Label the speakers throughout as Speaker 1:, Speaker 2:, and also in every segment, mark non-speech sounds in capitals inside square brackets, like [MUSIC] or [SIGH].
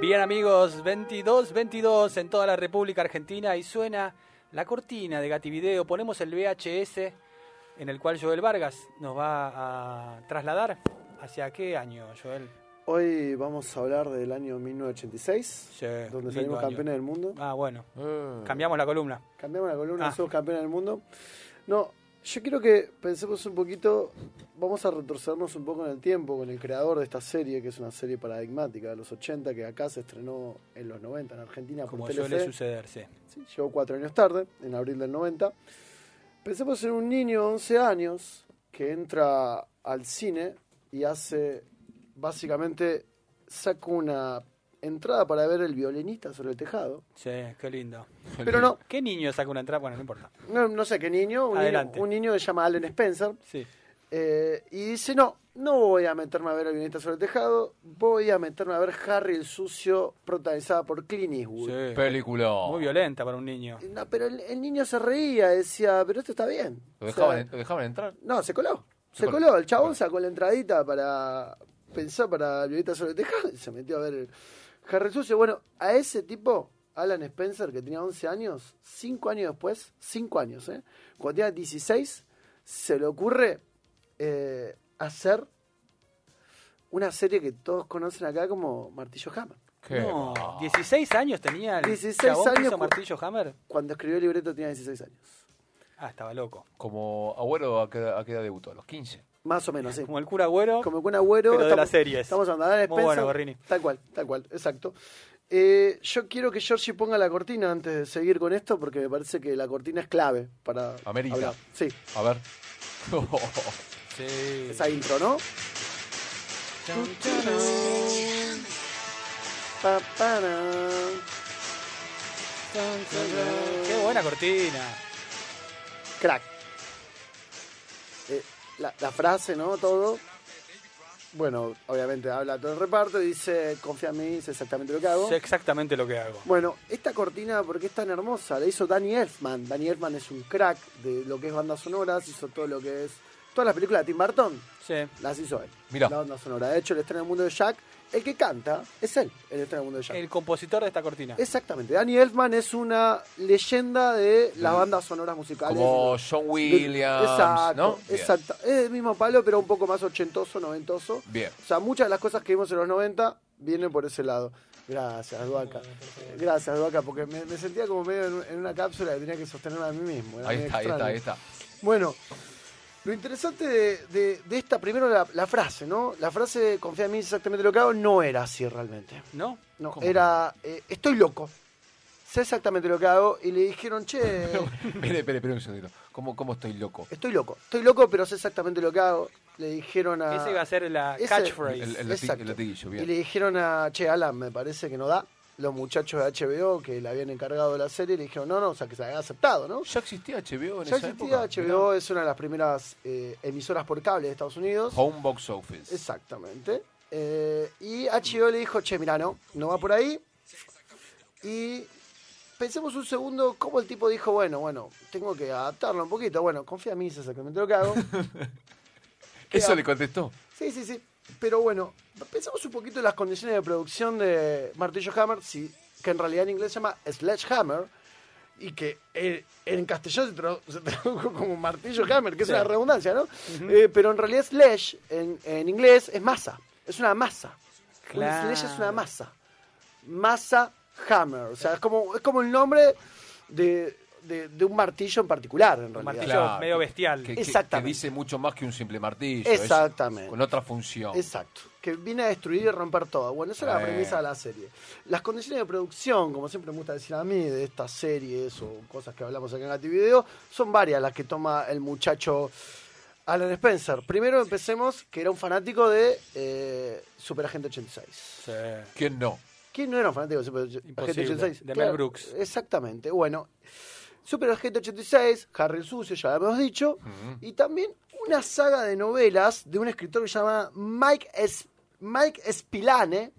Speaker 1: Bien amigos, 22, 22 en toda la República Argentina y suena la cortina de Gativideo. Ponemos el VHS en el cual Joel Vargas nos va a trasladar. ¿Hacia qué año, Joel?
Speaker 2: Hoy vamos a hablar del año 1986,
Speaker 1: Sí, lindo
Speaker 2: donde salimos
Speaker 1: año.
Speaker 2: campeones del mundo.
Speaker 1: Ah, bueno.
Speaker 3: Ah.
Speaker 1: Cambiamos la columna.
Speaker 2: Cambiamos la columna,
Speaker 1: Ah.
Speaker 2: somos campeones del mundo. No, yo quiero que pensemos un poquito, vamos a retrocedernos un poco en el tiempo con el creador de esta serie, que es una serie paradigmática de los 80, que acá se estrenó en los 90 en Argentina
Speaker 1: Como
Speaker 2: por Telefe.
Speaker 1: suele sucederse.
Speaker 2: Sí, llegó cuatro años tarde, en abril del 90. Pensemos en un niño de 11 años que entra al cine y hace, básicamente, saca una entrada para ver el violinista sobre el tejado.
Speaker 1: Sí, qué lindo.
Speaker 2: Pero no,
Speaker 1: ¿Qué niño saca una entrada? Bueno, no importa.
Speaker 2: no, no sé qué niño, un niño,
Speaker 1: Adelante.
Speaker 2: un niño que se llama Allen Spencer,
Speaker 1: Sí.
Speaker 2: eh, y dice, no, no voy a meterme a ver el violinista sobre el tejado, voy a meterme a ver Harry el Sucio, protagonizada por Clint Eastwood.
Speaker 3: eh,
Speaker 1: sí.
Speaker 3: Película.
Speaker 1: Muy violenta para un niño.
Speaker 2: No, pero el, el niño se reía, decía, pero esto está bien. O
Speaker 3: ¿Lo dejaban,
Speaker 2: sea,
Speaker 3: en- lo dejaban entrar?
Speaker 2: No, se coló.
Speaker 3: Se
Speaker 2: Se,
Speaker 3: coló.
Speaker 2: coló. El chabón sacó la entradita para pensar para el Violeta sobre el tejado y se metió a ver el Harry Sucio. Bueno, a ese tipo, Alan Spencer, que tenía 11 años, 5 años después, 5 años, ¿eh? cuando tenía 16, se le ocurre eh, hacer una serie que todos conocen acá como Martillo Hammer.
Speaker 3: Qué Ah,
Speaker 1: No,
Speaker 3: mal.
Speaker 1: 16 años tenía el
Speaker 2: 16
Speaker 1: chabón que
Speaker 2: años
Speaker 1: hizo
Speaker 2: cu-
Speaker 1: Martillo Hammer.
Speaker 2: Cuando escribió el libreto tenía 16 años.
Speaker 1: Ah, estaba loco.
Speaker 3: Como abuelo a qué edad a qué edad debutó, a los 15.
Speaker 2: Más o menos, sí.
Speaker 1: Como el cura güero.
Speaker 2: Como que un agüero.
Speaker 1: Pero de las series.
Speaker 2: Estamos hablando de Alan
Speaker 1: Muy bueno,
Speaker 2: Spencer.
Speaker 1: Gorrini.
Speaker 2: Tal cual, tal cual, exacto. Eh, yo quiero que Georgie ponga la cortina antes de seguir con esto, porque me parece que la cortina es clave para.
Speaker 3: Amerita.
Speaker 2: hablar. Sí, [LAUGHS]
Speaker 3: A ver.
Speaker 1: Sí.
Speaker 2: esa intro, ¿no? Pa, pa, na.
Speaker 1: Qué buena cortina.
Speaker 2: Crack. Eh, la, la frase, ¿no? Todo. Bueno, obviamente habla todo el reparto y dice: Confía en mí, es exactamente lo que hago.
Speaker 1: Sé exactamente lo que hago.
Speaker 2: Bueno, esta cortina, porque es tan hermosa? La hizo Danny Elfman. Danny Elfman es un crack de lo que es bandas sonoras, hizo todo lo que es. Todas las películas de Tim Burton
Speaker 1: Sí.
Speaker 2: las hizo él.
Speaker 3: Mirá.
Speaker 2: La banda sonora. De hecho, el estreno del mundo de Jack, el que canta es él, el estreno del mundo de Jack.
Speaker 1: El compositor de esta cortina.
Speaker 2: Exactamente. Danny Elfman es una leyenda de las bandas sonoras musicales.
Speaker 3: Mm. Como John Williams.
Speaker 2: Exacto,
Speaker 3: ¿no? Bien.
Speaker 2: exacto. Es el mismo palo, pero un poco más ochentoso, noventoso.
Speaker 3: Bien.
Speaker 2: O sea, muchas de las cosas que vimos en los 90 vienen por ese lado. Gracias, Duaca. Gracias, Duaca, porque me, me sentía como medio en, un- en una cápsula que tenía que sostenerme a mí mismo. Era
Speaker 3: Ahí
Speaker 2: medio
Speaker 3: está, ahí
Speaker 2: extraño.
Speaker 3: está, ahí
Speaker 2: [LAUGHS]
Speaker 3: está.
Speaker 2: Bueno, lo interesante de, de- de esta, primero la, la frase, ¿no? La frase de confía en mí es exactamente lo que hago, no era así realmente.
Speaker 1: ¿No?
Speaker 2: No,
Speaker 3: ¿Cómo?
Speaker 2: era, eh, estoy loco. Sé exactamente lo que hago y le dijeron,
Speaker 3: [LAUGHS]
Speaker 2: che,
Speaker 3: Espere, espere, espere un segundito. ¿Cómo, cómo estoy loco?
Speaker 2: estoy loco. Estoy loco, pero sé exactamente lo que hago. Le dijeron a...
Speaker 1: Ese iba a ser la
Speaker 2: Ese-
Speaker 1: catchphrase.
Speaker 3: El- el- lati-
Speaker 2: Exacto.
Speaker 3: latiguillo, bien.
Speaker 2: Y le dijeron a Che Alan, me parece que no da. Los muchachos de HBO que le habían encargado de la serie le dijeron, no, no, o sea, que se había aceptado, ¿no?
Speaker 3: ¿Ya existía HBO en
Speaker 2: Ya
Speaker 3: esa
Speaker 2: existía,
Speaker 3: época?
Speaker 2: HBO es una de las primeras eh, emisoras por cable de Estados Unidos.
Speaker 3: Mirá. Homebox Office.
Speaker 2: Exactamente. Eh, y HBO le dijo, che, mirá, no, no va por ahí. Y pensemos un segundo cómo el tipo dijo, bueno, bueno, tengo que adaptarlo un poquito. Bueno, confía en mí, es exactamente lo que
Speaker 3: [LAUGHS]
Speaker 2: hago.
Speaker 3: Eso
Speaker 2: Queda-
Speaker 3: le contestó.
Speaker 2: Sí, sí, sí. Pero bueno, pensamos un poquito en las condiciones de producción de Martillo Hammer, sí, que en realidad en inglés se llama Sledgehammer, y que eh, en castellano se, tradu- se tradujo como Martillo Hammer, que es
Speaker 1: Sí.
Speaker 2: una redundancia, ¿no? Eh, pero en realidad Sledge, en, en inglés, es masa. Es una masa. Una
Speaker 1: Claro.
Speaker 2: Sledge es una masa. Masa Hammer. O sea, es como, es como el nombre de, de- de un martillo en particular, en
Speaker 1: Un
Speaker 2: realidad.
Speaker 1: martillo medio bestial.
Speaker 3: Que, que- que
Speaker 2: Exactamente.
Speaker 3: dice mucho más que un simple martillo. es
Speaker 2: Exactamente.
Speaker 3: con otra función.
Speaker 2: Exacto. Que viene a destruir y romper todo. Bueno, esa era la
Speaker 3: Eh.
Speaker 2: premisa de la serie. Las condiciones de producción, como siempre me gusta decir a mí, de estas series o cosas que hablamos acá en Gativideo, son varias las que toma el muchacho Alan Spencer. Primero empecemos que era un fanático de eh, Super Agente 86.
Speaker 1: Sí.
Speaker 3: ¿Quién no?
Speaker 2: ¿Quién no era un fanático de Super Agente 86?
Speaker 1: de Mel Brooks.
Speaker 2: Exactamente. Bueno, Super Agente 86, Harry el Sucio, ya lo hemos dicho, y también una saga de novelas de un escritor que se llama Mike, Es- Mike Spilane,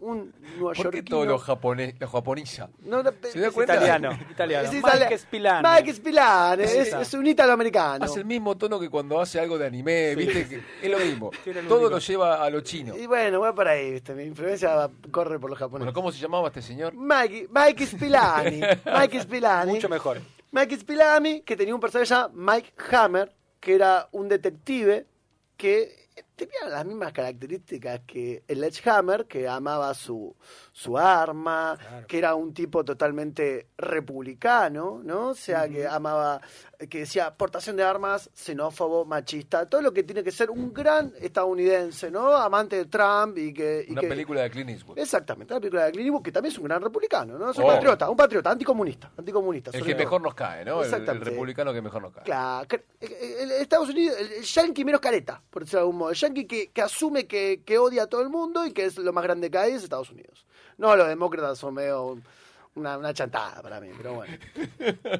Speaker 2: un Nueva
Speaker 3: ¿Por qué todo lo, japonés, lo japoniza?
Speaker 2: No, no,
Speaker 3: ¿Se da
Speaker 2: es
Speaker 3: cuenta?
Speaker 1: Italiano, italiano.
Speaker 2: Es
Speaker 1: Mike Spillane.
Speaker 2: Mike Spillane,
Speaker 1: Es
Speaker 2: es,
Speaker 1: esa.
Speaker 2: es un italoamericano.
Speaker 3: Hace el mismo tono que cuando hace algo de anime, ¿viste? Que es lo
Speaker 2: [LAUGHS]
Speaker 3: mismo.
Speaker 1: Tiene el
Speaker 3: Todo
Speaker 1: único.
Speaker 3: lo lleva a lo chino.
Speaker 2: Y bueno, va para ahí, ¿viste? mi influencia va- corre por los
Speaker 3: Bueno,
Speaker 2: japoneses.
Speaker 3: ¿cómo se llamaba este señor?
Speaker 2: Mike, Mike Spillane,
Speaker 3: [LAUGHS]
Speaker 2: Mike Spillane.
Speaker 1: Mucho mejor.
Speaker 2: Mike Spillane, que tenía un personaje llamado Mike Hammer, que era un detective que tenía las mismas características que el Hammer, que amaba su, su arma,
Speaker 1: Claro.
Speaker 2: que era un tipo totalmente republicano, ¿no? O sea, que amaba, que decía aportación de armas, xenófobo, machista, todo lo que tiene que ser un gran estadounidense, ¿no? Amante de Trump y que... y
Speaker 3: Una
Speaker 2: que-
Speaker 3: película de Clint Eastwood.
Speaker 2: Exactamente, la película de Clint Eastwood, que también es un gran republicano, ¿no? Es un
Speaker 3: Oh.
Speaker 2: patriota, un patriota, anticomunista, anticomunista.
Speaker 3: El
Speaker 2: sobre
Speaker 3: que
Speaker 2: todo.
Speaker 3: mejor nos cae, ¿no? El, el
Speaker 2: Exactamente.
Speaker 3: republicano que mejor nos cae.
Speaker 2: Claro, cre- el- el- Estados Unidos, el, el yankee menos careta, por decirlo de algún modo. El yankee que, que asume que, que odia a todo el mundo y que es lo más grande que hay es Estados Unidos. No, los demócratas son medio un- una, una chantada para mí, pero bueno.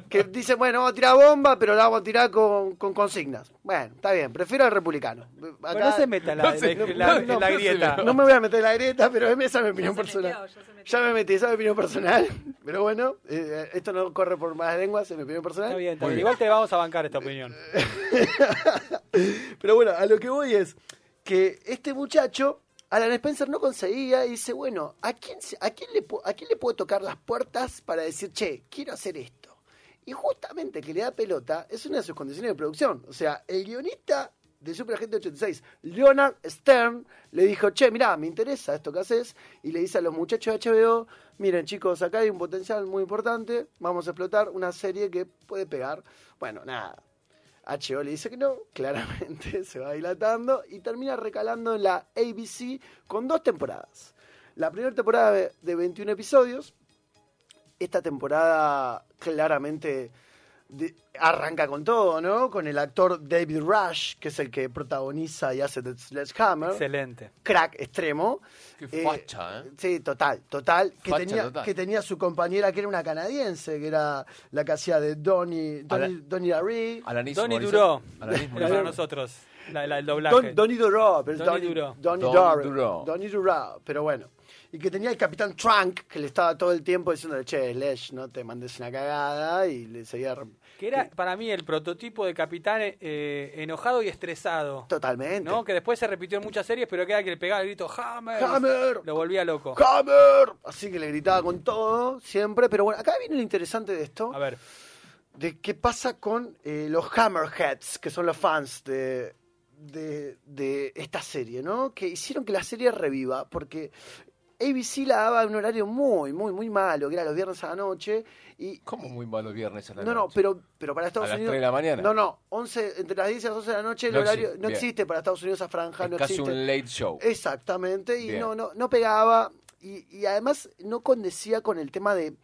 Speaker 2: Que dicen, bueno, vamos a tirar bomba, pero la vamos a tirar con, con consignas. Bueno, está bien, prefiero al republicano. Acá-
Speaker 1: Pero no se meta la,
Speaker 3: No se-
Speaker 1: la- la-
Speaker 3: no, no,
Speaker 1: la
Speaker 3: no se
Speaker 1: grieta.
Speaker 3: meta.
Speaker 2: no me voy a meter en la grieta, pero esa es mi opinión
Speaker 4: se
Speaker 2: personal.
Speaker 4: metió, ya se metió.
Speaker 2: ya me metí, esa es mi opinión personal. [LAUGHS] Pero bueno, eh, esto no corre por más lenguas, es mi opinión personal.
Speaker 1: Está bien, está
Speaker 3: Muy
Speaker 1: bien.
Speaker 3: bien.
Speaker 1: Igual te vamos a bancar esta opinión.
Speaker 2: [LAUGHS] Pero bueno, a lo que voy es que este muchacho, Alan Spencer no conseguía y dice, bueno, ¿a quién, se- a quién, le, pu- ¿a quién le puedo tocar las puertas para decir, che, quiero hacer esto? Y justamente el que le da pelota es una de sus condiciones de producción. O sea, el guionista de Super Agente 86, Leonard Stern, le dijo, che, mirá, me interesa esto que haces. Y le dice a los muchachos de HBO, miren chicos, acá hay un potencial muy importante, vamos a explotar una serie que puede pegar. Bueno, nada. HBO le dice que no, [LAUGHS] claramente se va dilatando y termina recalando en la ABC con dos temporadas. La primera temporada de- de 21 episodios, esta temporada claramente de- arranca con todo, ¿no? Con el actor David Rush, que es el que protagoniza y hace The Sledgehammer,
Speaker 1: Excelente.
Speaker 2: crack extremo.
Speaker 3: Qué
Speaker 2: Eh,
Speaker 3: facha, ¿eh?
Speaker 2: Sí, total, total que,
Speaker 3: Facha
Speaker 2: tenía,
Speaker 3: total.
Speaker 2: que tenía su compañera que era una canadiense, que era la que hacía de Donnie,
Speaker 3: A la-
Speaker 2: Donnie, Donnie Darry.
Speaker 3: Alanis
Speaker 1: Donny
Speaker 3: Morissette.
Speaker 1: Duró.
Speaker 2: [LAUGHS]
Speaker 3: Alanis
Speaker 1: Era para
Speaker 3: Morissette.
Speaker 1: nosotros. La, la- el
Speaker 2: Don,
Speaker 1: doblaje.
Speaker 2: Donnie Duro, pero es
Speaker 1: Donnie
Speaker 2: Donnie
Speaker 1: Duro.
Speaker 2: Donnie
Speaker 3: Don
Speaker 2: Duro.
Speaker 3: Duro.
Speaker 2: Donnie Duro, pero bueno. Y que tenía el capitán Trunk, que le estaba todo el tiempo diciendo, che, Lesh, no te mandes una cagada, y le seguía... rem-
Speaker 1: que era para mí el prototipo de capitán eh, enojado y estresado.
Speaker 2: Totalmente.
Speaker 1: ¿no? Que después se repitió en muchas series, pero que era que le pegaba el grito Hammer.
Speaker 2: ¡Hammer!
Speaker 1: Lo volvía loco.
Speaker 2: ¡Hammer! Así que le gritaba con todo, siempre. Pero bueno, acá viene lo interesante de esto.
Speaker 1: A ver,
Speaker 2: de qué pasa con eh, los Hammerheads, que son los fans de, de, de esta serie, ¿no? Que hicieron que la serie reviva, porque ABC la daba en un horario muy, muy, muy malo, que era los viernes a la noche, y...
Speaker 3: ¿Cómo muy malo viernes a la
Speaker 2: No, no,
Speaker 3: noche?
Speaker 2: pero, pero para Estados
Speaker 3: ¿A las
Speaker 2: Unidos...
Speaker 3: 3 de la mañana?
Speaker 2: No, no, 11, entre las 10 y las 11 de la noche el
Speaker 3: No
Speaker 2: horario
Speaker 3: existe,
Speaker 2: no
Speaker 3: bien.
Speaker 2: existe para Estados Unidos esa franja, no
Speaker 3: es casi
Speaker 2: existe.
Speaker 3: un late show.
Speaker 2: Exactamente, y
Speaker 3: Bien.
Speaker 2: no, no, no pegaba. Y, y además no condecía con el tema de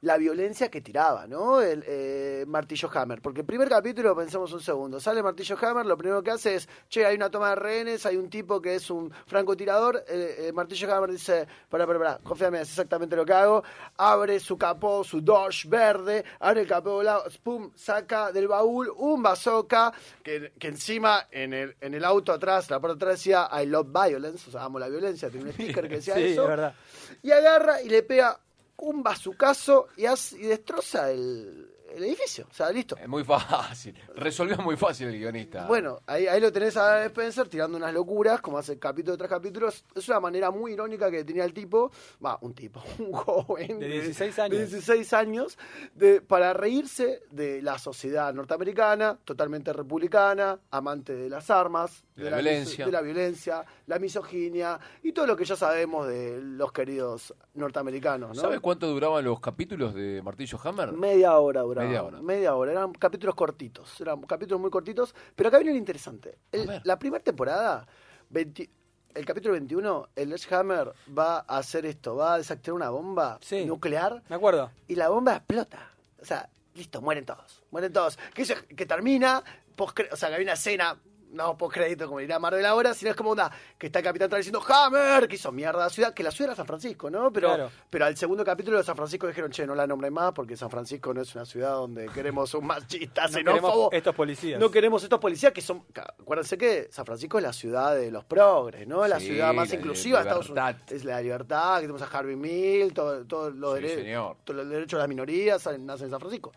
Speaker 2: la violencia que tiraba, ¿no? El eh, Martillo Hammer. Porque el primer capítulo, pensemos un segundo, sale Martillo Hammer, lo primero que hace es, che, hay una toma de rehenes, hay un tipo que es un francotirador, eh, eh, Martillo Hammer dice, pará, pará, pará, confíame, es exactamente lo que hago, abre su capó, su Dodge verde, abre el capó volado, pum, saca del baúl un bazooka, que, que encima en el, en el auto atrás, la parte atrás decía I love violence, o sea, amo la violencia,
Speaker 1: [LAUGHS]
Speaker 2: tiene un sticker que
Speaker 1: sí,
Speaker 2: decía
Speaker 1: es
Speaker 2: eso,
Speaker 1: verdad.
Speaker 2: y agarra y le pega un bazucazo y, hace- y destroza el, el edificio, o sea, listo.
Speaker 3: Es muy fácil. Resolvió muy fácil el guionista.
Speaker 2: Bueno, ahí, ahí lo tenés a Adam Spencer tirando unas locuras, como hace capítulo tras capítulo. Es- Es una manera muy irónica que tenía el tipo, va, un tipo, [LAUGHS] un joven
Speaker 1: De 16 años.
Speaker 2: de 16 años, de- para reírse de la sociedad norteamericana, totalmente republicana, amante de las armas,
Speaker 3: De la
Speaker 2: mis-
Speaker 3: violencia.
Speaker 2: de la violencia, la misoginia y todo lo que ya sabemos de los queridos norteamericanos. ¿no?
Speaker 3: ¿Sabes cuánto duraban los capítulos de Martillo Hammer? [LAUGHS]
Speaker 2: Media hora duraba.
Speaker 3: Media hora.
Speaker 2: hora. Eran capítulos cortitos. Eran capítulos muy cortitos. Pero acá viene lo interesante. El-
Speaker 3: A ver.
Speaker 2: la primera temporada, 20 el capítulo 21, el Hammer va a hacer esto. Va a desactivar una bomba
Speaker 1: Sí.
Speaker 2: nuclear
Speaker 1: Me acuerdo.
Speaker 2: y la bomba explota. O sea, listo, mueren todos. Mueren todos. Que, eso- que termina, post- o sea, que hay una escena no post crédito como dirá Marvel ahora, sino es como onda que está el Capitán Travis diciendo Hammer, que hizo mierda la ciudad, que la ciudad era San Francisco, ¿no? Pero,
Speaker 1: Claro.
Speaker 2: pero al segundo capítulo de San Francisco dijeron, che, no la nombren más porque San Francisco no es una ciudad donde queremos un machista
Speaker 1: [LAUGHS] No
Speaker 2: xenófobo.
Speaker 1: queremos estos policías.
Speaker 2: No queremos estos policías que son. ca- Acuérdense que San Francisco es la ciudad de los progres, ¿no? Es la
Speaker 3: Sí,
Speaker 2: ciudad más
Speaker 3: la
Speaker 2: inclusiva de Estados
Speaker 3: libertad.
Speaker 2: Unidos. Es la libertad, que tenemos a Harvey Mill, todos los
Speaker 3: Sí, señor.
Speaker 2: derechos de las minorías salen- nacen en San Francisco.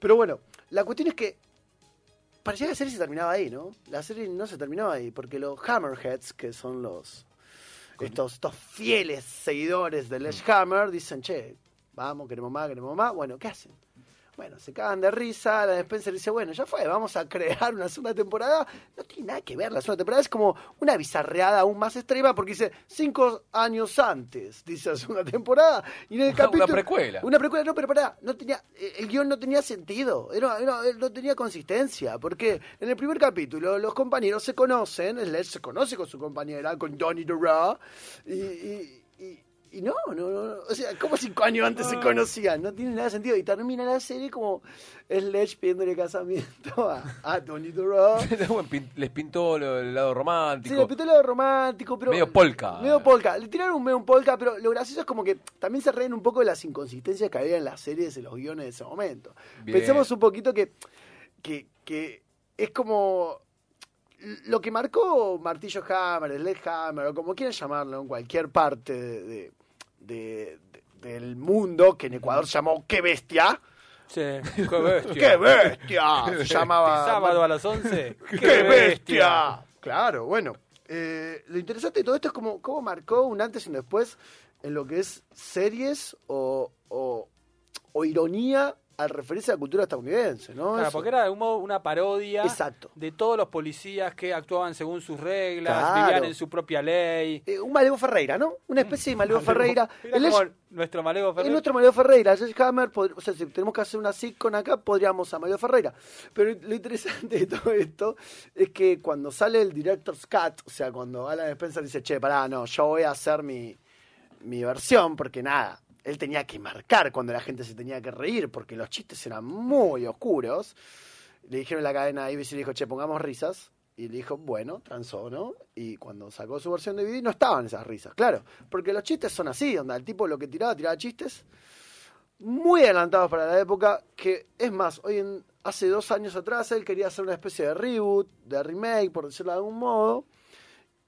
Speaker 2: Pero bueno, la cuestión es que parecía que la serie se terminaba ahí, ¿no? La serie no se terminaba ahí, porque los Hammerheads, que son los estos, estos fieles seguidores de
Speaker 3: Mm.
Speaker 2: Hammer, dicen, che, vamos, queremos más, queremos más. Bueno, ¿qué hacen? Bueno, se cagan de risa, la despensa dice, bueno, ya fue, vamos a crear una segunda temporada. No tiene nada que ver la segunda temporada, es como una bizarreada aún más extrema, porque dice, cinco años antes, dice la segunda temporada, y en el
Speaker 3: [LAUGHS] Una
Speaker 2: capítulo...
Speaker 3: precuela.
Speaker 2: Una precuela, no, pero pará, no tenía, eh, el guión no tenía sentido, era- era- eh, no tenía consistencia, porque en el primer capítulo los compañeros se conocen, Slash se conoce con su compañera, con Johnny Dura, y, y, y- y no, no, no, no, o sea, como cinco años antes se conocían, no tiene nada de sentido, y termina la serie como Slash pidiéndole casamiento a, a Johnny Dura.
Speaker 3: Les pintó lo- el lado romántico.
Speaker 2: Sí, le pintó el lado romántico, pero.
Speaker 3: Medio polka.
Speaker 2: Medio polka. Le tiraron un medio polka, pero lo gracioso es como que también se reen un poco de las inconsistencias que había en las series, en los guiones de ese momento.
Speaker 3: Bien.
Speaker 2: Pensemos un poquito que, que, que es como. Lo que marcó Martillo Hammer, Sledgehammer, o como quieran llamarlo, en cualquier parte de- de- de- de- del mundo, que en Ecuador se llamó ¡Qué bestia!
Speaker 1: Sí, qué bestia.
Speaker 2: ¡Qué bestia!
Speaker 3: [LAUGHS]
Speaker 2: Se llamaba.
Speaker 1: Sábado a las
Speaker 2: [LAUGHS]
Speaker 1: 11.
Speaker 2: ¡Qué, bestia! Claro, bueno. eh, lo interesante de todo esto es cómo, cómo marcó un antes y un después en lo que es series o, o- o ironía al referirse a la cultura estadounidense, ¿no?
Speaker 1: Claro,
Speaker 2: Eso.
Speaker 1: porque era de algún modo una parodia
Speaker 2: Exacto.
Speaker 1: de todos los policías que actuaban según sus reglas,
Speaker 2: Claro.
Speaker 1: vivían en su propia ley.
Speaker 2: Eh, un Malevo Ferreira, ¿no? Una especie de Malevo Ferreira.
Speaker 1: Era
Speaker 2: Él es-
Speaker 1: como nuestro Malego
Speaker 2: Es
Speaker 1: Ferrer.
Speaker 2: nuestro Mario Ferreira, Jess Hammer, pod- o sea, si tenemos que hacer una sitcom acá, podríamos a Mario Ferreira. Pero lo interesante de todo esto es que cuando sale el director's cut, o sea, cuando Alan Spencer dice, che, pará, no, yo voy a hacer mi, mi versión, porque nada, él tenía que marcar cuando la gente se tenía que reír, porque los chistes eran muy oscuros. Le dijeron a la cadena ABC, le dijo, che, pongamos risas. Y le dijo, bueno, transó, ¿no? Y cuando sacó su versión de DVD no estaban esas risas, claro. Porque los chistes son así, onda, el tipo lo que tiraba, tiraba chistes muy adelantados para la época, que es más, hoy en, hace dos años atrás él quería hacer una especie de reboot, de remake, por decirlo de algún modo,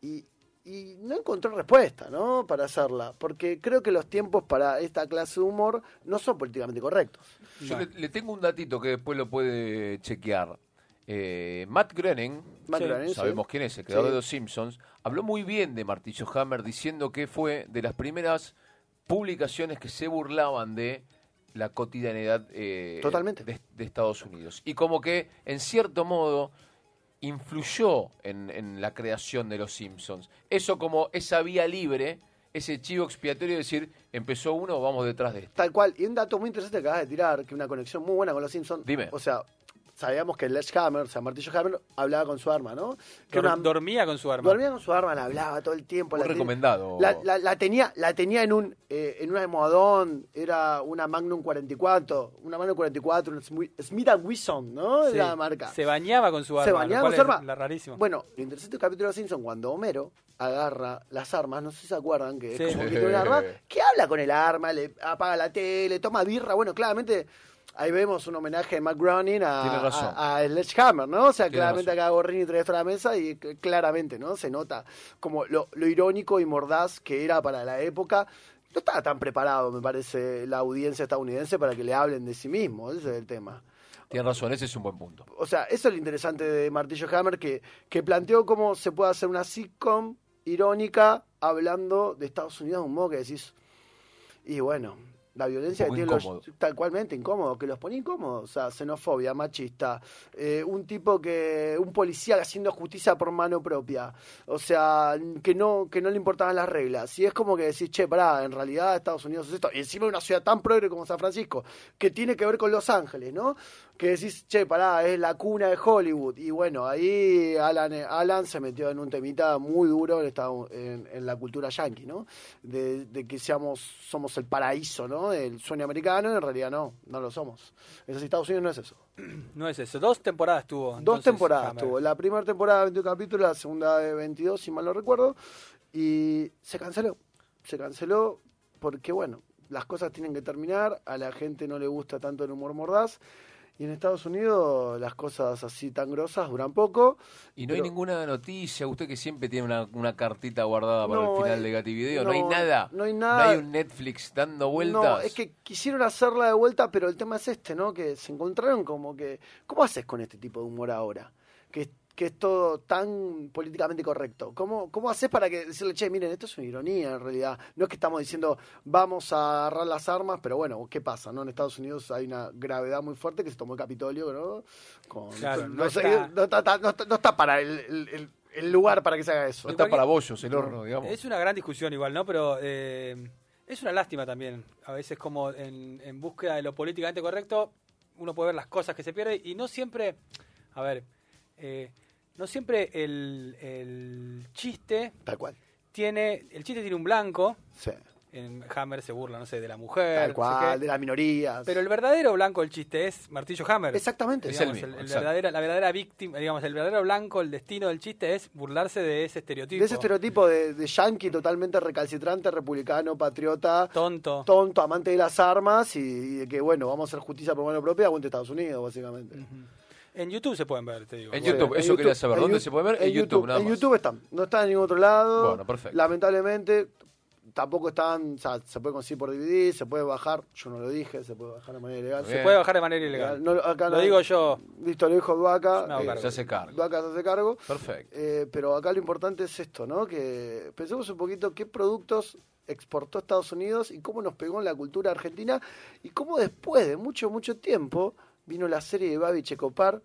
Speaker 2: y, y no encontró respuesta, ¿no? Para hacerla, porque creo que los tiempos para esta clase de humor no son políticamente correctos.
Speaker 3: Yo le, le tengo un datito que después lo puede chequear. Eh, Matt Groening,
Speaker 2: Matt
Speaker 1: Sí,
Speaker 2: Groening, sí.
Speaker 3: sabemos quién es, el creador
Speaker 2: Sí.
Speaker 3: de Los Simpsons, habló muy bien de Martillo Hammer diciendo que fue de las primeras publicaciones que se burlaban de la cotidianidad eh,
Speaker 2: Totalmente.
Speaker 3: De, de Estados Unidos. Y como que, en cierto modo, influyó en, en la creación de Los Simpsons. Eso como esa vía libre, ese chivo expiatorio de decir, empezó uno, vamos detrás de este.
Speaker 2: Tal cual. Y un dato muy interesante que acabas de tirar, que una conexión muy buena con los Simpsons.
Speaker 3: Dime.
Speaker 2: O sea, sabíamos que Hammer, o sea, Martillo Hammer, hablaba con su arma, ¿no? Que
Speaker 1: Dor-
Speaker 2: era una-
Speaker 1: Dormía con su arma.
Speaker 2: Dormía con su arma, la hablaba todo el tiempo.
Speaker 3: Muy
Speaker 2: la ten-
Speaker 3: recomendado.
Speaker 2: La, la- la tenía, la tenía en un eh, en un almohadón, era una Magnum 44, una Magnum 44, una Smi- Smith Wesson, ¿no?
Speaker 1: Sí,
Speaker 2: la marca.
Speaker 1: Se bañaba con su arma.
Speaker 2: Se
Speaker 1: lo
Speaker 2: bañaba
Speaker 1: cual
Speaker 2: con su
Speaker 1: es
Speaker 2: arma.
Speaker 1: la rarísimo.
Speaker 2: Bueno, lo interesante del capítulo de Simpson, cuando Homero agarra las armas, no sé si se acuerdan, que
Speaker 1: Sí.
Speaker 2: es como que
Speaker 3: Sí.
Speaker 2: tiene un arma, que habla con el arma, le apaga la tele, toma birra. Bueno, claramente ahí vemos un homenaje de Matt Groening a,
Speaker 3: Tiene razón.
Speaker 2: a, a Sledgehammer, ¿no? O sea,
Speaker 3: Tiene
Speaker 2: claramente
Speaker 3: razón.
Speaker 2: acá Gorrini trae esto a la mesa y c- claramente, ¿no? Se nota como lo, lo irónico y mordaz que era para la época. No estaba tan preparado, me parece, la audiencia estadounidense para que le hablen de sí mismo. Ese es el tema.
Speaker 3: Tienes razón, ese es un buen punto.
Speaker 2: O sea, eso es lo interesante de Martillo Hammer, que, que planteó cómo se puede hacer una sitcom irónica hablando de Estados Unidos de un modo que decís. Y bueno, la violencia que
Speaker 3: Un poco
Speaker 2: tiene los.
Speaker 3: incómodo.
Speaker 2: Tal cualmente incómodo, que los pone incómodos. O sea, xenofobia, machista, eh, un tipo que. un policía haciendo justicia por mano propia. O sea, que no, que no le importaban las reglas. Y es como que decís, che, pará, en realidad Estados Unidos es esto. Y encima de una ciudad tan progre como San Francisco, que tiene que ver con Los Ángeles, ¿no? Que decís, che, pará, es la cuna de Hollywood. Y bueno, ahí Alan, Alan se metió en un temita muy duro en, esta- en- en la cultura yankee, ¿no? De, de que seamos, somos el paraíso, ¿no? ¿no? Del sueño americano, en realidad no, no lo somos. Es así, Estados Unidos no es eso.
Speaker 1: No es eso. Dos temporadas tuvo.
Speaker 2: Dos
Speaker 1: entonces,
Speaker 2: temporadas
Speaker 1: Hammer.
Speaker 2: tuvo. La primera temporada de 21 capítulos, la segunda de 22, si mal no recuerdo. Y se canceló. Se canceló porque, bueno, las cosas tienen que terminar. A la gente no le gusta tanto el humor mordaz. Y en Estados Unidos las cosas así tan grosas duran poco.
Speaker 3: Y no hay
Speaker 2: Pero-
Speaker 3: ninguna noticia. Usted que siempre tiene una, una cartita guardada para
Speaker 2: No,
Speaker 3: el final
Speaker 2: eh,
Speaker 3: de Gati Video. No, hay
Speaker 2: no,
Speaker 3: nada.
Speaker 2: no hay nada.
Speaker 3: No hay un Netflix dando vueltas.
Speaker 2: No, es que quisieron hacerla de vuelta, pero el tema es este, ¿no? Que se encontraron como que... ¿Cómo haces con este tipo de humor ahora? Que, es- que es todo tan políticamente correcto. ¿Cómo, ¿Cómo haces para que decirle, che, miren, esto es una ironía en realidad? No es que estamos diciendo, vamos a agarrar las armas, pero bueno, ¿qué pasa? no En Estados Unidos hay una gravedad muy fuerte que se tomó el Capitolio, ¿no? Con-
Speaker 1: Claro,
Speaker 2: no,
Speaker 1: no
Speaker 2: sé,
Speaker 1: está-
Speaker 2: no está- está- no está- no está para el, el- el- el lugar para que se haga eso.
Speaker 3: No está
Speaker 1: Igual que-
Speaker 3: para bollos el horno, digamos.
Speaker 1: Es una gran discusión igual, ¿no? Pero eh, es una lástima también. A veces como en, en búsqueda de lo políticamente correcto, uno puede ver las cosas que se pierden y no siempre, a ver, eh, no siempre el, el chiste
Speaker 2: Tal cual.
Speaker 1: tiene, el chiste tiene un blanco,
Speaker 2: Sí.
Speaker 1: en Hammer se burla, no sé, de la mujer, no
Speaker 2: Tal
Speaker 1: sé
Speaker 2: cual,
Speaker 1: qué.
Speaker 2: de las minorías.
Speaker 1: pero el verdadero blanco del chiste es Martillo Hammer.
Speaker 2: Exactamente.
Speaker 3: Es
Speaker 1: Digamos,
Speaker 3: el mismo, exacto.
Speaker 1: verdadera, la verdadera víctima, digamos, el verdadero blanco, el destino del chiste es burlarse de ese estereotipo.
Speaker 2: De ese estereotipo de, de yankee totalmente recalcitrante, republicano, patriota,
Speaker 1: tonto.
Speaker 2: tonto, amante de las armas y, y de que, bueno, vamos a hacer justicia por mano propia, aguante Estados Unidos, básicamente.
Speaker 1: En YouTube se pueden ver, te digo.
Speaker 3: En
Speaker 1: Bueno,
Speaker 3: YouTube, eso quería saber.
Speaker 2: en
Speaker 3: ¿Dónde
Speaker 2: Yu-
Speaker 3: se puede ver? En YouTube, nada
Speaker 2: en
Speaker 3: más.
Speaker 2: YouTube están, no están en ningún otro lado.
Speaker 3: Bueno, perfecto.
Speaker 2: Lamentablemente, tampoco están, o sea, se puede conseguir por DVD, se puede bajar, yo no lo dije, se puede bajar de manera ilegal.
Speaker 3: Muy
Speaker 1: Se
Speaker 3: bien.
Speaker 1: puede bajar de manera ilegal.
Speaker 2: No, acá
Speaker 1: Lo
Speaker 2: no-
Speaker 1: digo yo.
Speaker 2: Listo, lo dijo Duaca.
Speaker 1: Me hago
Speaker 2: eh,
Speaker 1: cargo.
Speaker 3: Se hace cargo.
Speaker 2: Duaca se hace cargo.
Speaker 3: Perfecto.
Speaker 2: Eh, pero acá lo importante es esto, ¿no? Que pensemos un poquito qué productos exportó Estados Unidos y cómo nos pegó en la cultura argentina y cómo después de mucho, mucho tiempo vino la serie de Babi Checopar.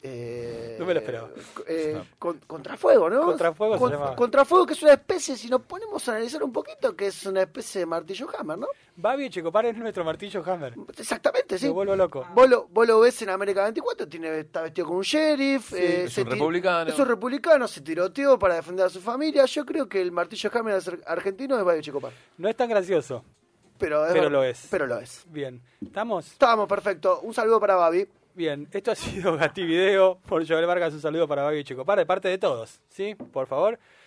Speaker 2: eh,
Speaker 1: No me lo esperaba.
Speaker 2: eh, con- contrafuego, ¿no?
Speaker 1: Contrafuego se
Speaker 2: Con-
Speaker 1: llamaba.
Speaker 2: Contrafuego, que es una especie, si nos ponemos a analizar un poquito, que es una especie de martillo hammer, ¿no?
Speaker 1: Babi Echecopar es nuestro martillo Hammer.
Speaker 2: Exactamente, sí.
Speaker 1: Me vuelvo loco.
Speaker 2: Vos lo, vos lo ves en América 24, tiene, está vestido como un sheriff. eh,
Speaker 3: Es
Speaker 2: se
Speaker 3: un
Speaker 2: ti-
Speaker 3: republicano.
Speaker 2: Es un republicano, se tiroteó para defender a su familia. Yo creo que el martillo Hammer ar- argentino es Bayo Chicopar.
Speaker 1: No es tan gracioso.
Speaker 2: Pero, es-
Speaker 1: Pero lo es.
Speaker 2: Pero lo es.
Speaker 1: Bien. ¿Estamos?
Speaker 2: Estábamos perfecto. Un saludo para Babi.
Speaker 1: Bien. Esto ha sido Gati Video. Por Joel Vargas, un saludo para Babi Echecopar de parte de todos. ¿Sí? Por favor.